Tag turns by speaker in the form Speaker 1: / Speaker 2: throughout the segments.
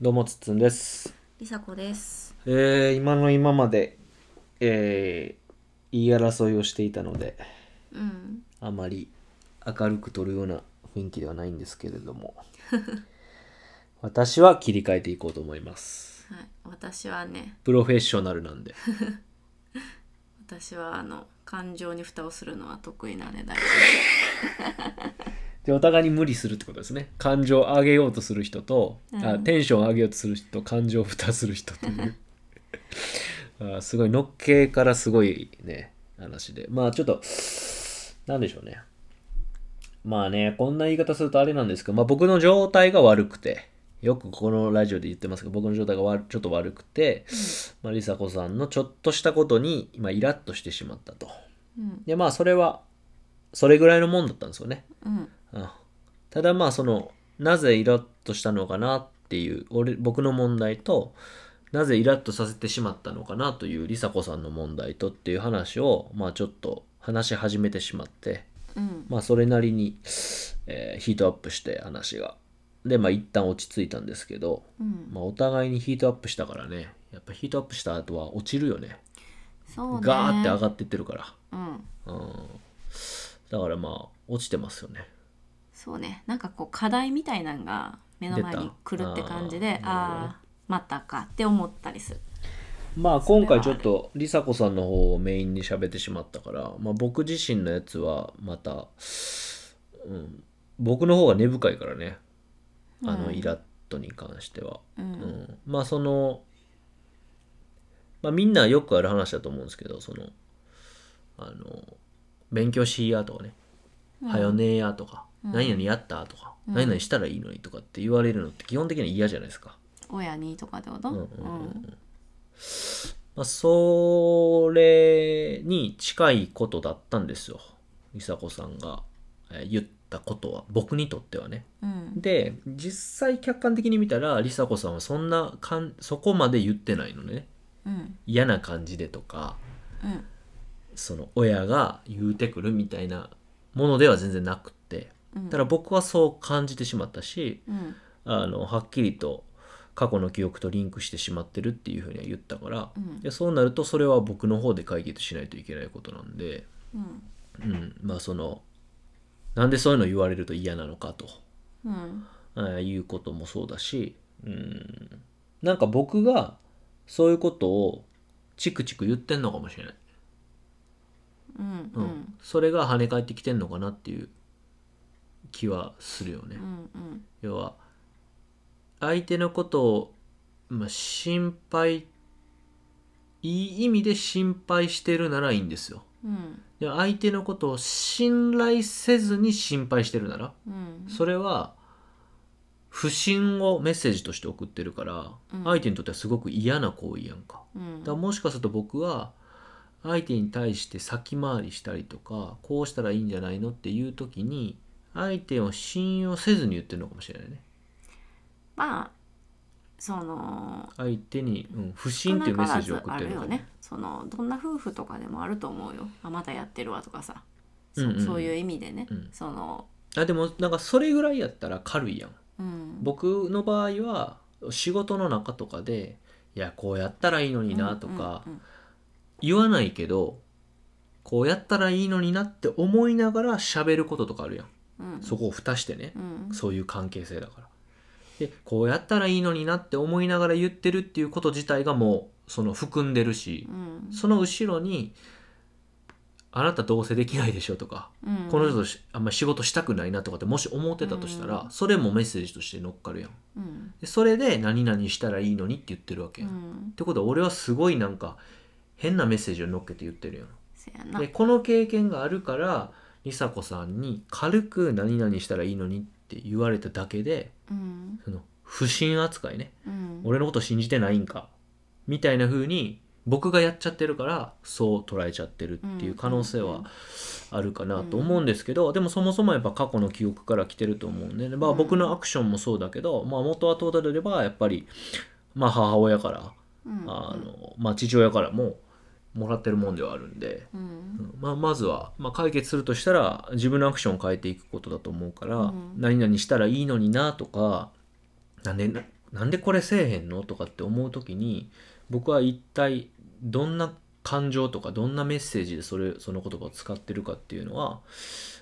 Speaker 1: どうもつっつんです。
Speaker 2: りさこです。
Speaker 1: えー、今の今まで、えー、言い争いをしていたので、
Speaker 2: うん。
Speaker 1: あまり明るく取るような雰囲気ではないんですけれども、 私は切り替えていこうと思います。
Speaker 2: はい。私はね、
Speaker 1: プロフェッショナルなんで。
Speaker 2: 私はあの感情に蓋をするのは得意なねだけ
Speaker 1: で、お互いに無理するってことですね。感情を上げようとする人と、あ
Speaker 2: うん
Speaker 1: テンションを上げようとする人と、感情を蓋する人という。 あーすごい、のっけからすごいね、話で。まあちょっと、なんでしょうね。まあね、こんな言い方するとあれなんですけど、まあ僕の状態が悪くて、よくこのラジオで言ってますけど、僕の状態がわちょっと悪くて、まありさこさんのちょっとしたことに、今イラッとしてしまったと。
Speaker 2: うん
Speaker 1: で、まあそれは、それぐらいのもんだったんですよね。
Speaker 2: うん
Speaker 1: うんただまあそのなぜイラッとしたのかなっていう俺僕の問題となぜイラッとさせてしまったのかなという梨紗子さんの問題とっていう話をまあちょっと話し始めてしまって
Speaker 2: うん
Speaker 1: まあそれなりに、えーヒートアップして話がでまあ一旦落ち着いたんですけど、
Speaker 2: うん。
Speaker 1: まあ、お互いにヒートアップしたからねやっぱヒートアップした後は落ちるよね
Speaker 2: そうね。
Speaker 1: ガーって上がってってるから、
Speaker 2: う
Speaker 1: う
Speaker 2: ん。
Speaker 1: ん、だからまあ落ちてますよね
Speaker 2: そうね。なんかこう課題みたいなんが目の前に来るって感じで
Speaker 1: 出、たあ
Speaker 2: ああーまたかって思ったりする。
Speaker 1: まあ今回ちょっと梨紗子さんの方をメインに喋ってしまったから、まあ、僕自身のやつはまた、うん、僕の方が根深いからねあのイラッとに関しては、
Speaker 2: う
Speaker 1: うんん、まあその、まあ、みんなよくある話だと思うんですけどそのあの勉強しいやとかね「はよねや」とか「何々やった」とか「
Speaker 2: うん
Speaker 1: 何々したらいいのに」とかって言われるのって基本的には嫌じゃないですか。
Speaker 2: 親にとかってこと？
Speaker 1: うんうんうんう
Speaker 2: うん
Speaker 1: まあ、それに近いことだったんですよ。梨紗子さんがえー言ったことは、僕にとってはね。
Speaker 2: うん
Speaker 1: で、実際客観的に見たら、梨紗子さんはそんなかん、そこまで言ってないのね。
Speaker 2: うん
Speaker 1: 嫌な感じでとか、
Speaker 2: うん
Speaker 1: その親が言うてくるみたいなものでは全然なくって。
Speaker 2: うん。
Speaker 1: ただ僕はそう感じてしまったし、
Speaker 2: うん
Speaker 1: あの、はっきりと過去の記憶とリンクしてしまってるっていうふうには言ったから、
Speaker 2: うん
Speaker 1: でそうなるとそれは僕の方で解決しないといけないことなんで、
Speaker 2: うん
Speaker 1: うん、まあそのなんでそういうの言われると嫌なのかと
Speaker 2: うん
Speaker 1: あーいうこともそうだし、うん、なんか僕がそういうことをチクチク言ってんのかもしれない、
Speaker 2: うん
Speaker 1: う
Speaker 2: うんん
Speaker 1: それが跳ね返ってきてんのかなっていう気はするよね、
Speaker 2: うんうん
Speaker 1: 要は相手のことを、まあ、心配いい意味で心配してるならいいんですよ
Speaker 2: うん
Speaker 1: で相手のことを信頼せずに心配してるなら
Speaker 2: うん。
Speaker 1: それは不信をメッセージとして送ってるから、
Speaker 2: うん
Speaker 1: 相手にとってはすごく嫌な行為やんか
Speaker 2: うん
Speaker 1: だからもしかすると僕は相手に対して先回りしたりとかこうしたらいいんじゃないのっていう時に相手を信用せずに言ってるのかもしれないね
Speaker 2: まあその
Speaker 1: 相手に、うん、不
Speaker 2: 少
Speaker 1: 信ってい
Speaker 2: な
Speaker 1: うメッ
Speaker 2: か
Speaker 1: セー
Speaker 2: ら
Speaker 1: ジを
Speaker 2: ず
Speaker 1: 送っ
Speaker 2: あ
Speaker 1: て
Speaker 2: る
Speaker 1: るの
Speaker 2: よ
Speaker 1: かも
Speaker 2: ねそのどんな夫婦とかでもあると思うよあまたやってるわとかさそ,、
Speaker 1: うんうんうん
Speaker 2: そういう意味でね、
Speaker 1: うん
Speaker 2: その
Speaker 1: あでもなんかそれぐらいやったら軽いやん
Speaker 2: うん
Speaker 1: 僕の場合は仕事の中とかで「いやこうやったらいいのにな」とか
Speaker 2: うんうん
Speaker 1: 言わないけどこうやったらいいのになって思いながら喋ることとかあるやん
Speaker 2: うんうん
Speaker 1: そこを蓋してね
Speaker 2: うん
Speaker 1: そういう関係性だからでこうやったらいいのになって思いながら言ってるっていうこと自体がもうその含んでるし
Speaker 2: うん
Speaker 1: その後ろに「あなたどうせできないでしょ」とか
Speaker 2: うん
Speaker 1: この人としあんま仕事したくないなとかってもし思ってたとしたら
Speaker 2: うん
Speaker 1: それもメッセージとして乗っかるやん
Speaker 2: うん
Speaker 1: でそれで何々したらいいのにって言ってるわけ
Speaker 2: う
Speaker 1: やん、っ
Speaker 2: ん
Speaker 1: てことは俺はすごいなんか変なメッセージを乗っけて言ってるやん
Speaker 2: せやな
Speaker 1: でこの経験があるから梨紗子さんに軽く何々したらいいのにって言われただけで
Speaker 2: うん
Speaker 1: その不信扱いね
Speaker 2: うん
Speaker 1: 俺のこと信じてないんかみたいな風に僕がやっちゃってるからそう捉えちゃってるっていう可能性
Speaker 2: うんうん
Speaker 1: はあるかなと思うんですけど、でもそもそもやっぱ過去の記憶から来てると思うんで、まあ、
Speaker 2: うん
Speaker 1: 僕のアクションもそうだけど、まあ、元はトータルでればやっぱり、まあ、母親から
Speaker 2: うん
Speaker 1: あの、まあ、父親からももらってるもんではあるんで。
Speaker 2: う
Speaker 1: うんんまあ、まずは、まあ、解決するとしたら自分のアクションを変えていくことだと思うから、
Speaker 2: うん
Speaker 1: 何々したらいいのになとかなんでなんでこれせえへんのとかって思う時に僕は一体どんな感情とかどんなメッセージでそれその言葉を使ってるかっていうのは、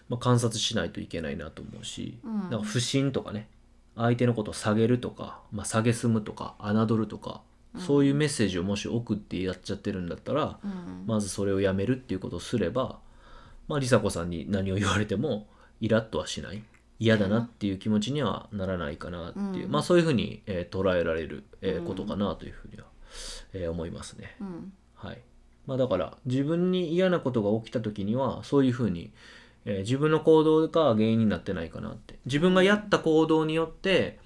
Speaker 1: まあ、観察しないといけないなと思うし、
Speaker 2: うん
Speaker 1: なんか不信とかね相手のことを下げるとか、まあ、下げすむとか侮るとか、
Speaker 2: うん
Speaker 1: そういうメッセージをもし送ってやっちゃってるんだったら、
Speaker 2: うん
Speaker 1: まずそれをやめるっていうことをすれば、まあ、梨紗子さんに何を言われてもイラッとはしない嫌だなっていう気持ちにはならないかなっていう、
Speaker 2: うん
Speaker 1: まあ、そういうふうに、えー捉えられる、えー
Speaker 2: うん
Speaker 1: ことかなというふうには、えー思いますね。
Speaker 2: うん
Speaker 1: はいまあ、だから自分に嫌なことが起きた時にはそういうふうに、えー自分の行動が原因になってないかなって自分がやった行動によって、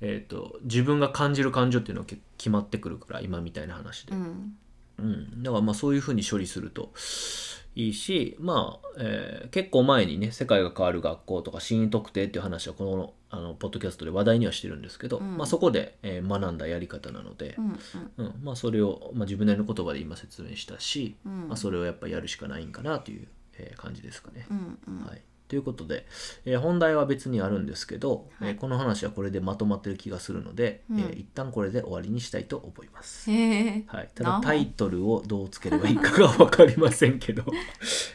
Speaker 1: えー、と自分が感じる感情っていうのはけ決まってくるから今みたいな話で
Speaker 2: う。ん
Speaker 1: うん、だからまあそういうふうに処理するといいし、まあえー結構前にね「世界が変わる学校」とか「真意特定」っていう話はこのあのポッドキャストで話題にはしてるんですけど、
Speaker 2: うん
Speaker 1: まあ、そこで、えー学んだやり方なので
Speaker 2: う、ん
Speaker 1: うんまあ、それを、まあ、自分なりの言葉で今説明したし、
Speaker 2: うん
Speaker 1: まあ、それをやっぱやるしかないんかなという、えー感じですかね。
Speaker 2: うんうん
Speaker 1: はい、ということで、えー本題は別にあるんですけど、
Speaker 2: はい
Speaker 1: えーこの話はこれでまとまってる気がするので、
Speaker 2: うん
Speaker 1: えー一旦これで終わりにしたいと思います。
Speaker 2: へえ
Speaker 1: はい、ただ
Speaker 2: 何本
Speaker 1: タイトルをどうつければいいかが分かりませんけ ど、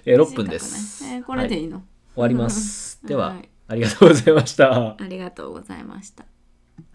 Speaker 1: えー6分です、
Speaker 2: 短くないえーこれで
Speaker 1: はい
Speaker 2: いの、
Speaker 1: 終わりますでは、
Speaker 2: はい
Speaker 1: ありがとうございました
Speaker 2: ありがとうございました